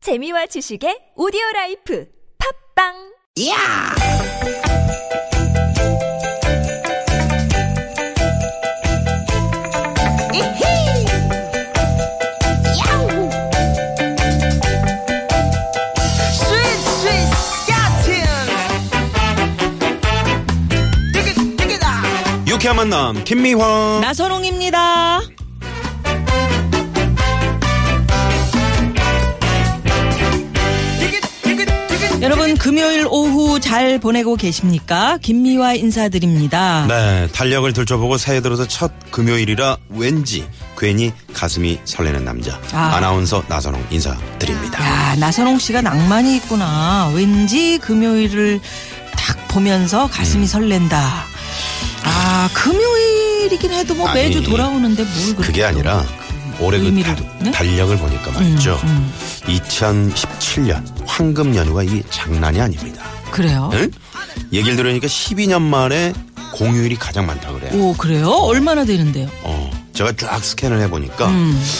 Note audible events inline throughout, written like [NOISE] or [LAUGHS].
재미와 지식의 오디오 라이프 팝빵! 이야! 이히! 야우! 스윗, 스윗, 야틴! 띠깃, 띠깃아! 유쾌한 만남 김미화 나선홍입니다. 띠깃, 띠깃, 띠깃! 여러분 금요일 오후 잘 보내고 계십니까? 김미화 인사드립니다. 네 달력을 들춰보고 새해 들어서 첫 금요일이라 왠지 괜히 가슴이 설레는 남자 아. 아. 나운서 나선홍 인사드립니다 야 나선홍 씨가 낭만이 있구나. 왠지 금요일을 딱 보면서 음. 가슴이 설렌다. 아 금요일이긴 해도 뭐 아니, 매주 돌아오는데 뭘 그렇게 그게 또 아니라 올해 그 의미를 달- 네? 음. 달력을 보니까 말이죠 2017년 황금 연휴가 이 장난이 아닙니다 그래요? 응? 얘기를 들으니까 12년 만에 공휴일이 가장 많다 그래요 오 그래요? 얼마나 되는데요? 어, 제가 쫙 스캔을 해보니까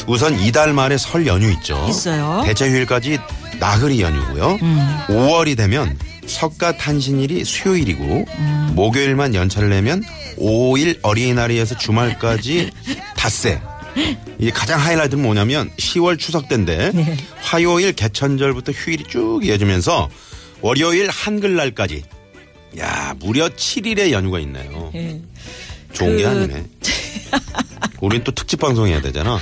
우선 이달 말에 설 연휴 있죠. 음. 있어요. 음. 대체 휴일까지 나그리 연휴고요. 5월이 되면 석가 탄신일이 수요일이고 음. 목요일만 연차를 내면 5일 어린이날에서 [LAUGHS] 주말까지 닷새. 이게 가장 하이라이트는 뭐냐면 10월 추석 때인데 네. 화요일 개천절부터 휴일이 쭉 이어지면서 월요일 한글날까지 야 무려 7일의 연휴가 있네요. 예. 좋은 게 그- 아니네. [LAUGHS] 우린 또 특집 방송해야 되잖아.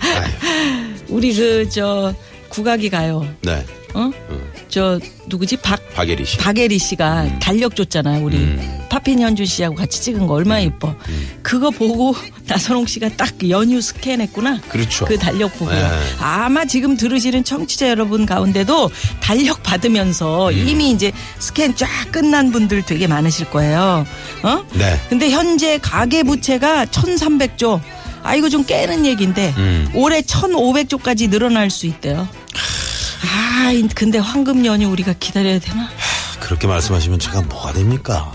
아휴, 우리 그 저 국악이 가요. 네, 어? 저 누구지? 박 박예리 씨. 박예리 씨가 달력 줬잖아요. 우리 음. 파핀 현준 씨하고 같이 찍은 거 얼마나 예뻐. 그거 보고 [LAUGHS] 나선홍 씨가 딱 연휴 스캔했구나. 그렇죠. 그 달력 보고 네. 아마 지금 들으시는 청취자 여러분 가운데도 달력 받으면서 음. 이미 이제 스캔 쫙 끝난 분들 되게 많으실 거예요. 어? 네. 근데 현재 가계 부채가 1,300조. 아 이거 좀 깨는 얘기인데 음. 올해 1,500조까지 늘어날 수 있대요. 아, 이- 근데 황금 연휴 우리가 기다려야 되나? 아, 그렇게 말씀하시면 제가 뭐가 됩니까?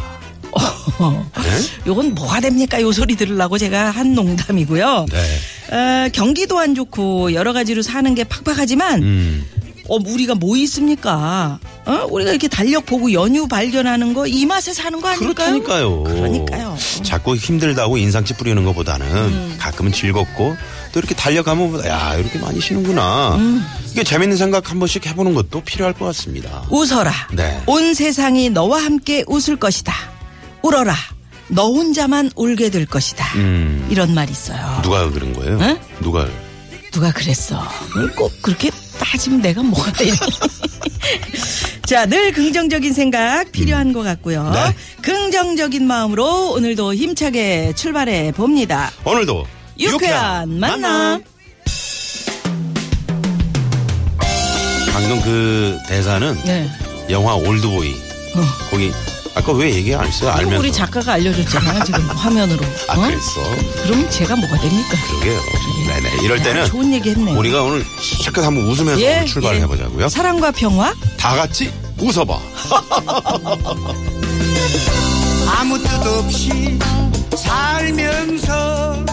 네? 요건 뭐가 됩니까? 요 소리 들으려고 제가 한 농담이고요. 네. 어, 경기도 안 좋고 여러 가지로 사는 게 팍팍하지만 음, 어, 우리가 뭐 있습니까? 어? 우리가 이렇게 달력 보고 연휴 발견하는 거 이 맛에 사는 거 아닐까요? 그렇다니까요. 그러니까요. 음. 자꾸 힘들다고 인상 찌푸리는 것보다는 가끔은 즐겁고 또 이렇게 달려가면 야 이렇게 많이 쉬는구나. 음. 이게 재밌는 생각 한 번씩 해보는 것도 필요할 것 같습니다. 웃어라. 네. 온 세상이 너와 함께 웃을 것이다. 울어라. 너 혼자만 울게 될 것이다. 음. 이런 말이 있어요. 누가 그런 거예요? 응? 누가? 누가 그랬어? 꼭 그렇게 따지면 내가 뭐가 되니? [LAUGHS] 자, 늘 긍정적인 생각 필요한 것 같고요. 네. 긍정적인 마음으로 오늘도 힘차게 출발해 봅니다. 오늘도 유쾌한 만남. 방금 그 대사는 네. 어. 영화 올드보이 거기 아까 왜 얘기 안 했어요? 알면서 우리 작가가 알려줬잖아요. 지금 화면으로. [LAUGHS] 아 어? 그랬어 그럼 제가 뭐가 됩니까? 그러게요 네네 이럴 때는 야, 좋은 얘기 했네. 예, 우리가 오늘 잠깐 한번 웃으면서 오늘 출발을 해보자고요 사랑과 평화? 다 같이 웃어봐 아무 뜻 없이 살면서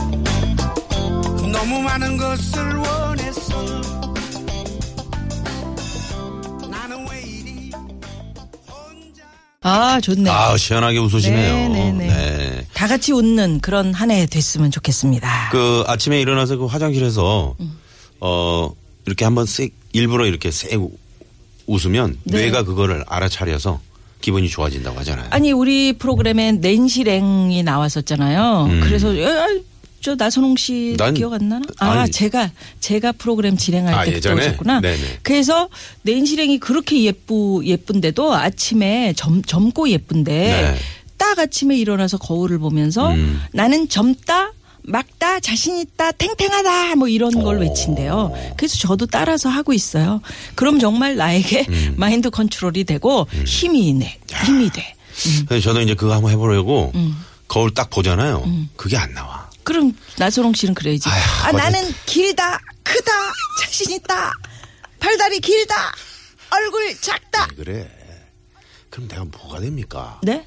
너무 많은 것을 원했어 나는 왜 이리 혼자 아, 좋네. 아 시원하게 웃으시네요 네네네. 네. 다 같이 웃는 그런 한 해 됐으면 좋겠습니다. 그 아침에 일어나서 그 화장실에서 음. 어 이렇게 한번 씩 일부러 이렇게 씩 웃으면 네. 뇌가 그거를 알아차려서 기분이 좋아진다고 하잖아요 아니 우리 프로그램에 낸시랭이 나왔었잖아요. 그래서 에, 아, 저 나선홍 씨 음. 난- 기억 안 나나? 아 아니. 제가 제가 프로그램 진행할 아, 때 그때 예전에? 오셨구나. 네네. 그래서 낸시랭이 그렇게 예쁘 예쁜데도 아침에 젊 젊고 예쁜데 네. 딱 아침에 일어나서 거울을 보면서 음. 나는 젊다. 막다 자신 있다 탱탱하다 뭐 이런 걸 오. 외친대요. 그래서 저도 따라서 하고 있어요. 그럼 정말 나에게 음. [LAUGHS] 마인드 컨트롤이 되고 힘이 내 힘이 돼. 음. 그래서 저도 이제 그거 한번 해보려고 거울 딱 보잖아요. 음. 그게 안 나와. 그럼 나선홍 씨는 그래야지. 아휴, 아 맞아. 나는 길다, 크다, 자신 있다, 팔다리 길다, 얼굴 작다. 왜 그래? 그럼 내가 뭐가 됩니까? 네?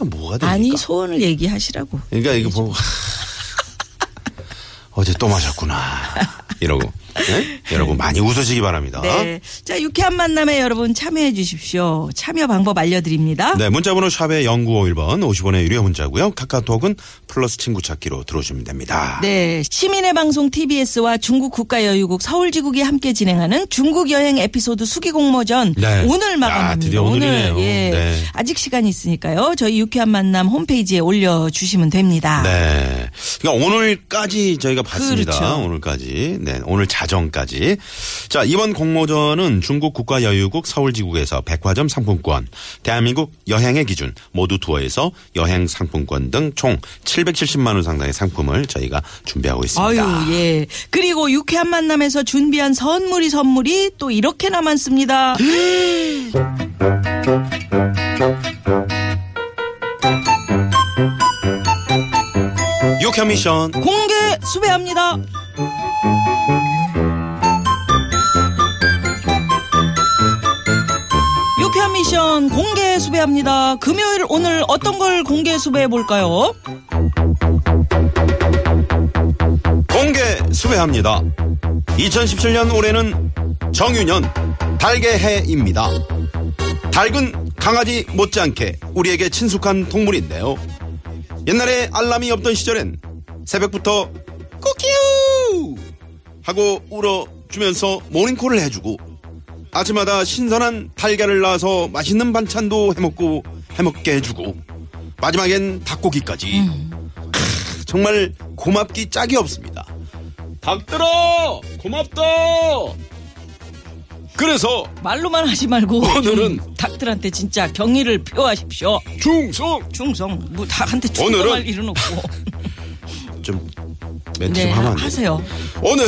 내가 뭐가 됩니까? 예. 아니 소원을 얘기하시라고. [LAUGHS] 그러니까 이거 보고 어제 또 마셨구나 이러고 네? 여러분 많이 웃으시기 바랍니다. 네. 자, 유쾌한 만남에 여러분 참여해 주십시오. 참여 방법 알려드립니다. 네, 문자번호 샵의 0951번 50원의 유료 문자고요. 카카오톡은 플러스 친구 찾기로 들어오시면 됩니다. 네, 시민의 방송 TBS와 중국 국가여유국 서울지국이 함께 진행하는 중국 여행 에피소드 수기공모전 네. 오늘 야, 마감합니다. 드디어 오늘이네요. 예. 네. 아직 시간이 있으니까요. 저희 유쾌한 만남 홈페이지에 올려주시면 됩니다. 네. 그러니까 오늘까지 저희가 봤습니다. 그렇죠. 오늘까지. 네. 오늘 자정까지. 자, 이번 공모전은 중국 국가여유국 서울지구에서 백화점 상품권, 대한민국 여행의 기준, 모두 투어에서 여행 상품권 등 총 770만원 상당의 상품을 저희가 준비하고 아유, 있습니다. 예. 그리고 유쾌한 만남에서 준비한 선물이 선물이 또 이렇게 남았습니다. 예. 유쾌 미션. 공개 수배합니다. 유쾌한 미션 공개 수배합니다. 금요일 오늘 어떤 걸 공개 수배해 볼까요? 공개 수배합니다. 2017년 올해는 정유년 달개해입니다. 닭은 강아지 못지않게 우리에게 친숙한 동물인데요. 옛날에 알람이 없던 시절엔 새벽부터 꾸키우 하고 울어주면서 모닝콜을 해주고 아침마다 신선한 달걀을 낳아서 맛있는 반찬도 해먹고 해먹게 해주고 마지막엔 닭고기까지 크, 정말 고맙기 짝이 없습니다. 닭들아 고맙다. 그래서 말로만 하지 말고 [LAUGHS] 오늘은 좀 닭들한테 진짜 경의를 표하십시오. 충성 충성. 뭐 닭한테 오늘은- 충성할 일은 [LAUGHS] 없고. 좀 멘트 네, 좀 하면 안 돼요? 하세요. 오늘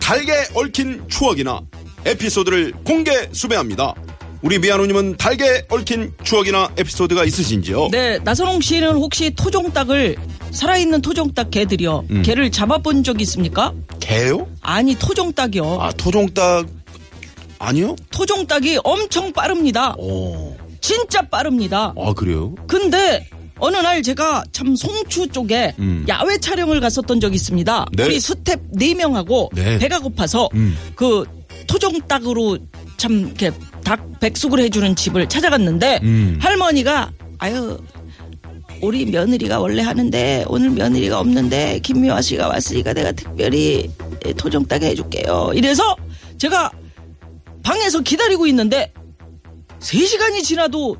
달게 얽힌 추억이나 에피소드를 공개 수배합니다. 우리 미아노님은 달게 얽힌 추억이나 에피소드가 있으신지요? 네, 나선홍 씨는 혹시 토종닭을 살아있는 토종닭 개들이요. 음. 개를 잡아본 적 있습니까? 개요? 아니 토종닭이요. 아 토종닭 아니요? 토종닭이 엄청 빠릅니다. 오, 진짜 빠릅니다. 아 그래요? 근데 어느 날 제가 참 송추 쪽에 음. 야외 촬영을 갔었던 적이 있습니다. 네. 우리 스탭 네명하고 네. 배가 고파서 음. 그 토종닭으로 참 이렇게 닭 백숙을 해주는 집을 찾아갔는데 음. 할머니가 아유 우리 며느리가 원래 하는데 오늘 며느리가 없는데 김미화 씨가 왔으니까 내가 특별히 토종닭에 해줄게요. 이래서 제가 방에서 기다리고 있는데 3시간이 지나도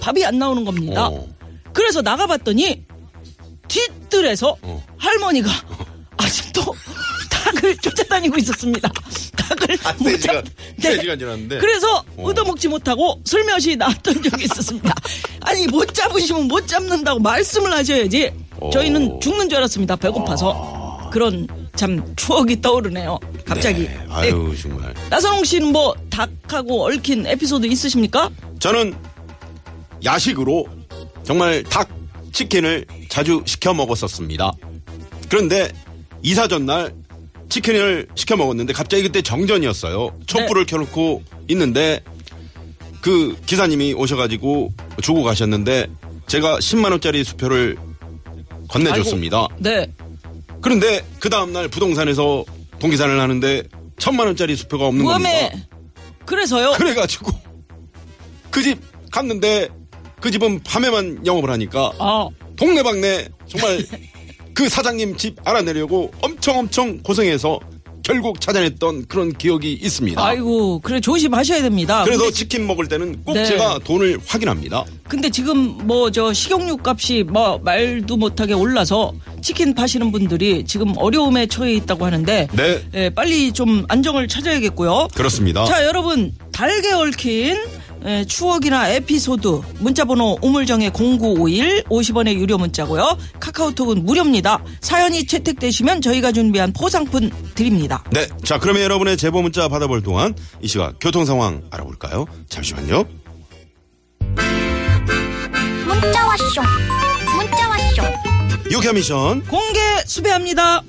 밥이 안 나오는 겁니다. 어. 그래서 나가봤더니 뒷뜰에서 어. [LAUGHS] 할머니가 아직도 닭을 쫓아다니고 있었습니다. 닭을 한 못 아, 세 시간, 찾- 세 시간 지났는데. 네. 그래서 어. 얻어먹지 못하고 술며시 나왔던 [LAUGHS] 적이 있었습니다. 아니 못 잡으시면 못 잡는다고 말씀을 하셔야지. 어. 아. 저희는 죽는 줄 알았습니다. 배고파서 그런 참 추억이 떠오르네요. 갑자기. 네, 네. 아유 정말. 나선홍 씨는 뭐 닭하고 얽힌 에피소드 있으십니까? 저는 야식으로 정말 닭 치킨을 자주 시켜 먹었었습니다. 그런데 이사 전날 치킨을 시켜 먹었는데 갑자기 그때 정전이었어요. 촛불을 켜놓고 있는데 그 기사님이 오셔가지고 주고 가셨는데 제가 10만 원짜리 수표를 건네줬습니다. 네. 그런데 그 다음날 부동산에서 동기산을 하는데 천만 원짜리 수표가 없는 겁니다. 무함에 그래서요. 그래가지고 그 집 갔는데 그 집은 밤에만 영업을 하니까 아 동네방네 [LAUGHS] 정말 그 사장님 집 알아내려고 엄청 엄청 고생해서 결국 찾아냈던 그런 기억이 있습니다. 아이고 그래 조심하셔야 됩니다. 그래서 근데, 치킨 먹을 때는 꼭 네. 제가 돈을 확인합니다. 근데 지금 뭐 저 식용유 값이 뭐 말도 못하게 올라서 치킨 파시는 분들이 지금 어려움에 처해 있다고 하는데 네. 예, 빨리 좀 안정을 찾아야겠고요. 그렇습니다. 자 여러분 달게 얽힌 에, 추억이나 에피소드 문자번호 우물정의 0951 50원의 유료 문자고요. 카카오톡은 무료입니다. 사연이 채택되시면 저희가 준비한 포상품 드립니다. 네. 자, 그러면 여러분의 제보 문자 받아볼 동안 이 시각 교통 상황 알아볼까요? 잠시만요. 문자 왔쇼 문자 왔쇼 유쾌 미션. 공개 수배합니다.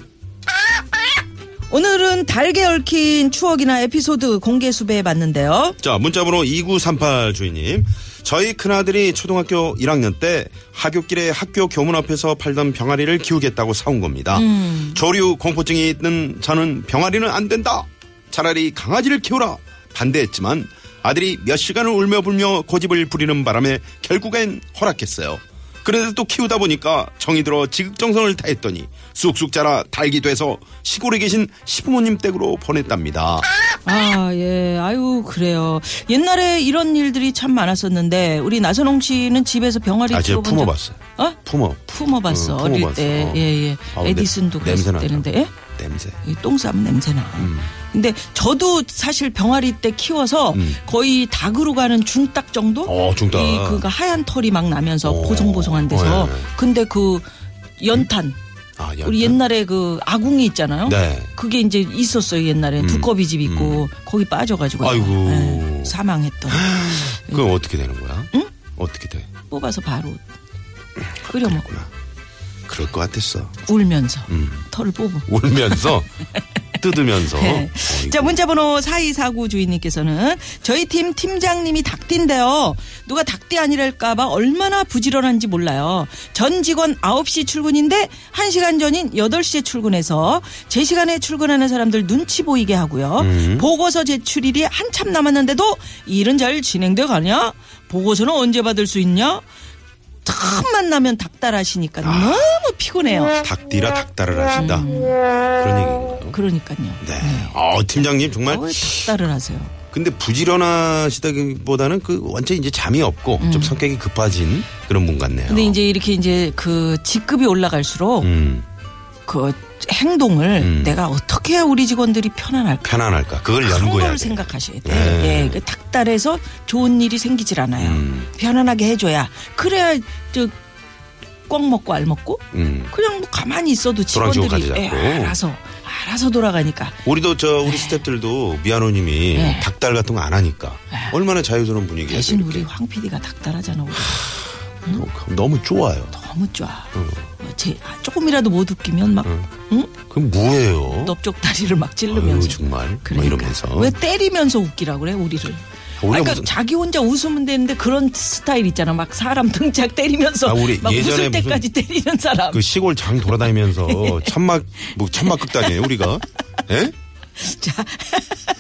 오늘은 달게 얽힌 추억이나 에피소드 공개 수배해 봤는데요. 자, 문자번호 2938 주인님. 저희 큰아들이 초등학교 1학년 때 하굣길에 학교 교문 앞에서 팔던 병아리를 키우겠다고 사온 겁니다. 조류 공포증이 있는 저는 병아리는 안 된다. 차라리 강아지를 키우라. 반대했지만 아들이 몇 시간을 울며 불며 고집을 부리는 바람에 결국엔 허락했어요. 그런데 또 키우다 보니까 정이 들어 지극정성을 다했더니 쑥쑥 자라 달기 돼서 시골에 계신 시부모님 댁으로 보냈답니다. 아, 예. 아유, 그래요. 옛날에 이런 일들이 참 많았었는데, 우리 나선홍 씨는 집에서 병아리 아, 제가 키워본 적- 품어봤어요. 어? 품어. 품어봤어. 응, 어릴 품어봤어. 때. 어. 예, 예. 아우, 내- 에디슨도 냄새 그랬을 나죠. 음. 때는데, 예? 냄새. 똥싸면 냄새나. 근데 저도 사실 병아리 때 키워서 거의 닭으로 가는 중닭 정도? 음. 어, 중닭. 이, 그니까 하얀 털이 막 나면서 오. 보송보송한 데서. 어, 예, 예. 근데 근데 그 연탄. 아, 약간. 우리 옛날에 그 아궁이 있잖아요. 네. 음. 그게 이제 있었어요 옛날에 두꺼비 집 있고 거기 빠져가지고 아이고. [GASPS] 예, 사망했던 그럼 어떻게 되는 거야? 응? 어떻게 돼? 뽑아서 바로 끓여 먹고 그럴 것 같았어. 울면서 음. 털을 뽑아. [LAUGHS] 울면서 뜯으면서. 네. 어이구. 자, 문자번호 4249 주인님께서는 저희 팀 팀장님이 닭띠인데요. 누가 닭띠 아니랄까봐 얼마나 부지런한지 몰라요. 전 직원 9시 출근인데 1시간 전인 8시에 출근해서 제 시간에 출근하는 사람들 눈치 보이게 하고요. 음. 보고서 제출일이 한참 남았는데도 이 일은 잘 진행돼 가냐? 보고서는 언제 받을 수 있냐? 틈만 나면 닥달하시니까 아. 너무 피곤해요. 닭띠라 닭다를 하신다. 음. 그런 얘기인가요? 그러니까요. 네. 어, 팀장님 정말. 왜 닥달을 하세요? 근데 부지런하시다기보다는 그 완전 이제 잠이 없고 좀 성격이 급해진 그런 분 같네요. 음. 근데 이제 이렇게 이제 그 직급이 올라갈수록 음, 그 행동을 내가 어떻게 해야 우리 직원들이 편안할까? 편안할까? 그걸 그런 연구해야 걸 돼. 아, 생각하셔야 돼요. 네. 예, 그 닥달해서 좋은 일이 생기질 않아요. 음. 편안하게 해줘야 그래야 저꽉 먹고 알 먹고 음. 그냥 뭐 가만히 있어도 도랑지고 직원들이 가지 예, 않고. 알아서 알아서 돌아가니까 우리도 저 우리 스탭들도 미아노님이 네. 닭달 같은 거 안 하니까 얼마나 자유스러운 분위기예요. 대신 음? 우리 황 PD가 닥달하잖아. 우리 너무 좋아요. 너무 좋아. 어. 제 아, 조금이라도 못 웃기면 막 그럼 뭐예요? 넓적 다리를 막 어. 아유 찌르면서 정말 뭐 그러니까 이러면서 왜 때리면서 웃기라 그래 우리를? 우리가 그러니까 무슨- 자기 혼자 웃으면 되는데 그런 스타일 있잖아. 막 사람 등짝 때리면서 아, 우리 막 예전에 웃을 때까지 때리는 사람. 그 시골 장 [LAUGHS] 돌아다니면서 네. 천막 뭐 천막 극단이에요 우리가 예? 자,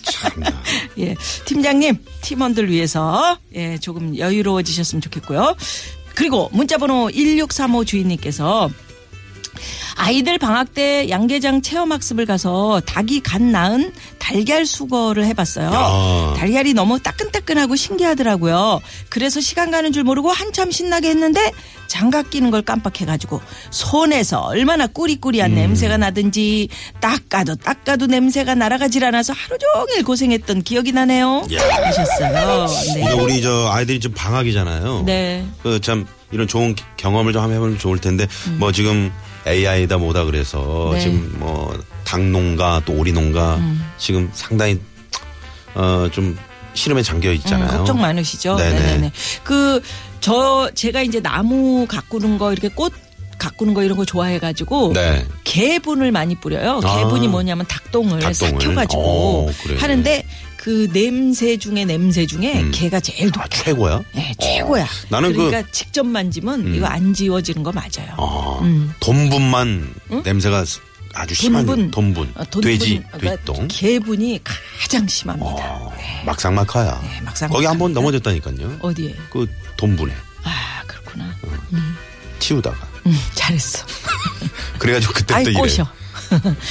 참나 예, 팀장님 팀원들 위해서 예, 조금 여유로워지셨으면 좋겠고요. 그리고 문자번호 1635 주인님께서 아이들 방학 때 양계장 체험학습을 가서 닭이 갓 낳은 달걀 수거를 해봤어요. 야. 달걀이 너무 따끈따끈하고 신기하더라고요. 그래서 시간 가는 줄 모르고 한참 신나게 했는데 장갑 끼는 걸 깜빡해가지고 손에서 얼마나 음. 꾸리꾸리한 냄새가 나든지 닦아도 닦아도 냄새가 날아가질 않아서 하루 종일 고생했던 기억이 나네요. 하셨어요. 이제 네. 예. 우리 저 아이들이 지금 방학이잖아요. 네. 그 참 이런 좋은 기- 경험을 좀 하면 좋을 텐데 뭐 지금 AI다 뭐다 그래서 음. 네. 음. 지금 뭐 닭농가 또 오리농가 지금 상당히 어좀 시름에 잠겨 음, 있잖아요. 걱정 많으시죠? 네네. 네네네. 그, 저, 제가 이제 나무 가꾸는 거, 이렇게 꽃 가꾸는 거 이런 거 좋아해가지고. 네. 개분을 많이 뿌려요. 아. 개분이 뭐냐면 닭똥을, 닭똥을. 삭혀가지고 어, 그래. 하는데 그 냄새 중에 냄새 중에 개가 제일 독해. 아, 최고야? 네, 최고야. 나는 그- 음. 그러니까 직접 만지면 이거 안 지워지는 거 맞아요. 아, 돈분만 냄새가 아주 심한 음. 돈분. 돈분. 어, 돈분, 돼지, 그러니까 돼똥. 개분이 가장 심합니다. 아, 막상막하야. 네, 막상 거기 한 번 막하니까. 넘어졌다니까요. 어. 어디에? 그 돈분에 아 그렇구나. 치우다가. 음, 잘했어. 그래가지고 아이 그때부터 이래. 꼬셔.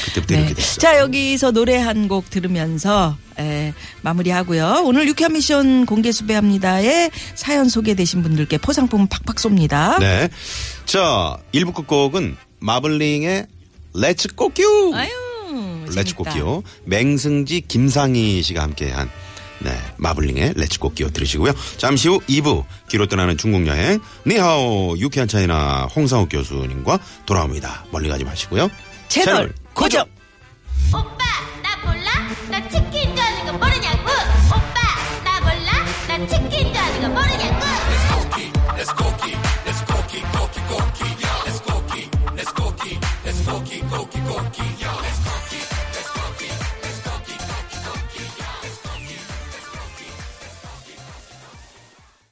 그때부터 이렇게 됐어요. 네. 자 여기서 노래 한 곡 들으면서 에, 마무리하고요. 오늘 유쾌한 미션 공개 수배합니다의 사연 소개되신 분들께 포상품 팍팍 쏩니다. 네. 자, 1부 끝곡은 마블링의 렛츠 꼬끼우. 아유, 렛츠 재밌다. 꼬끼우. 맹승지 김상희 씨가 함께한 네, 마블링의 렛츠 꼬끼우 들으시고요. 잠시 후 2부 뒤로 떠나는 중국 여행 니하오 유쾌한 차이나 홍상욱 교수님과 돌아옵니다. 멀리 가지 마시고요. 채널 고정. 오빠 나 몰라? 나 치킨 좋아하는 거 모르냐고 오빠 나 몰라? 나 치킨 좋아하는 거 모르냐고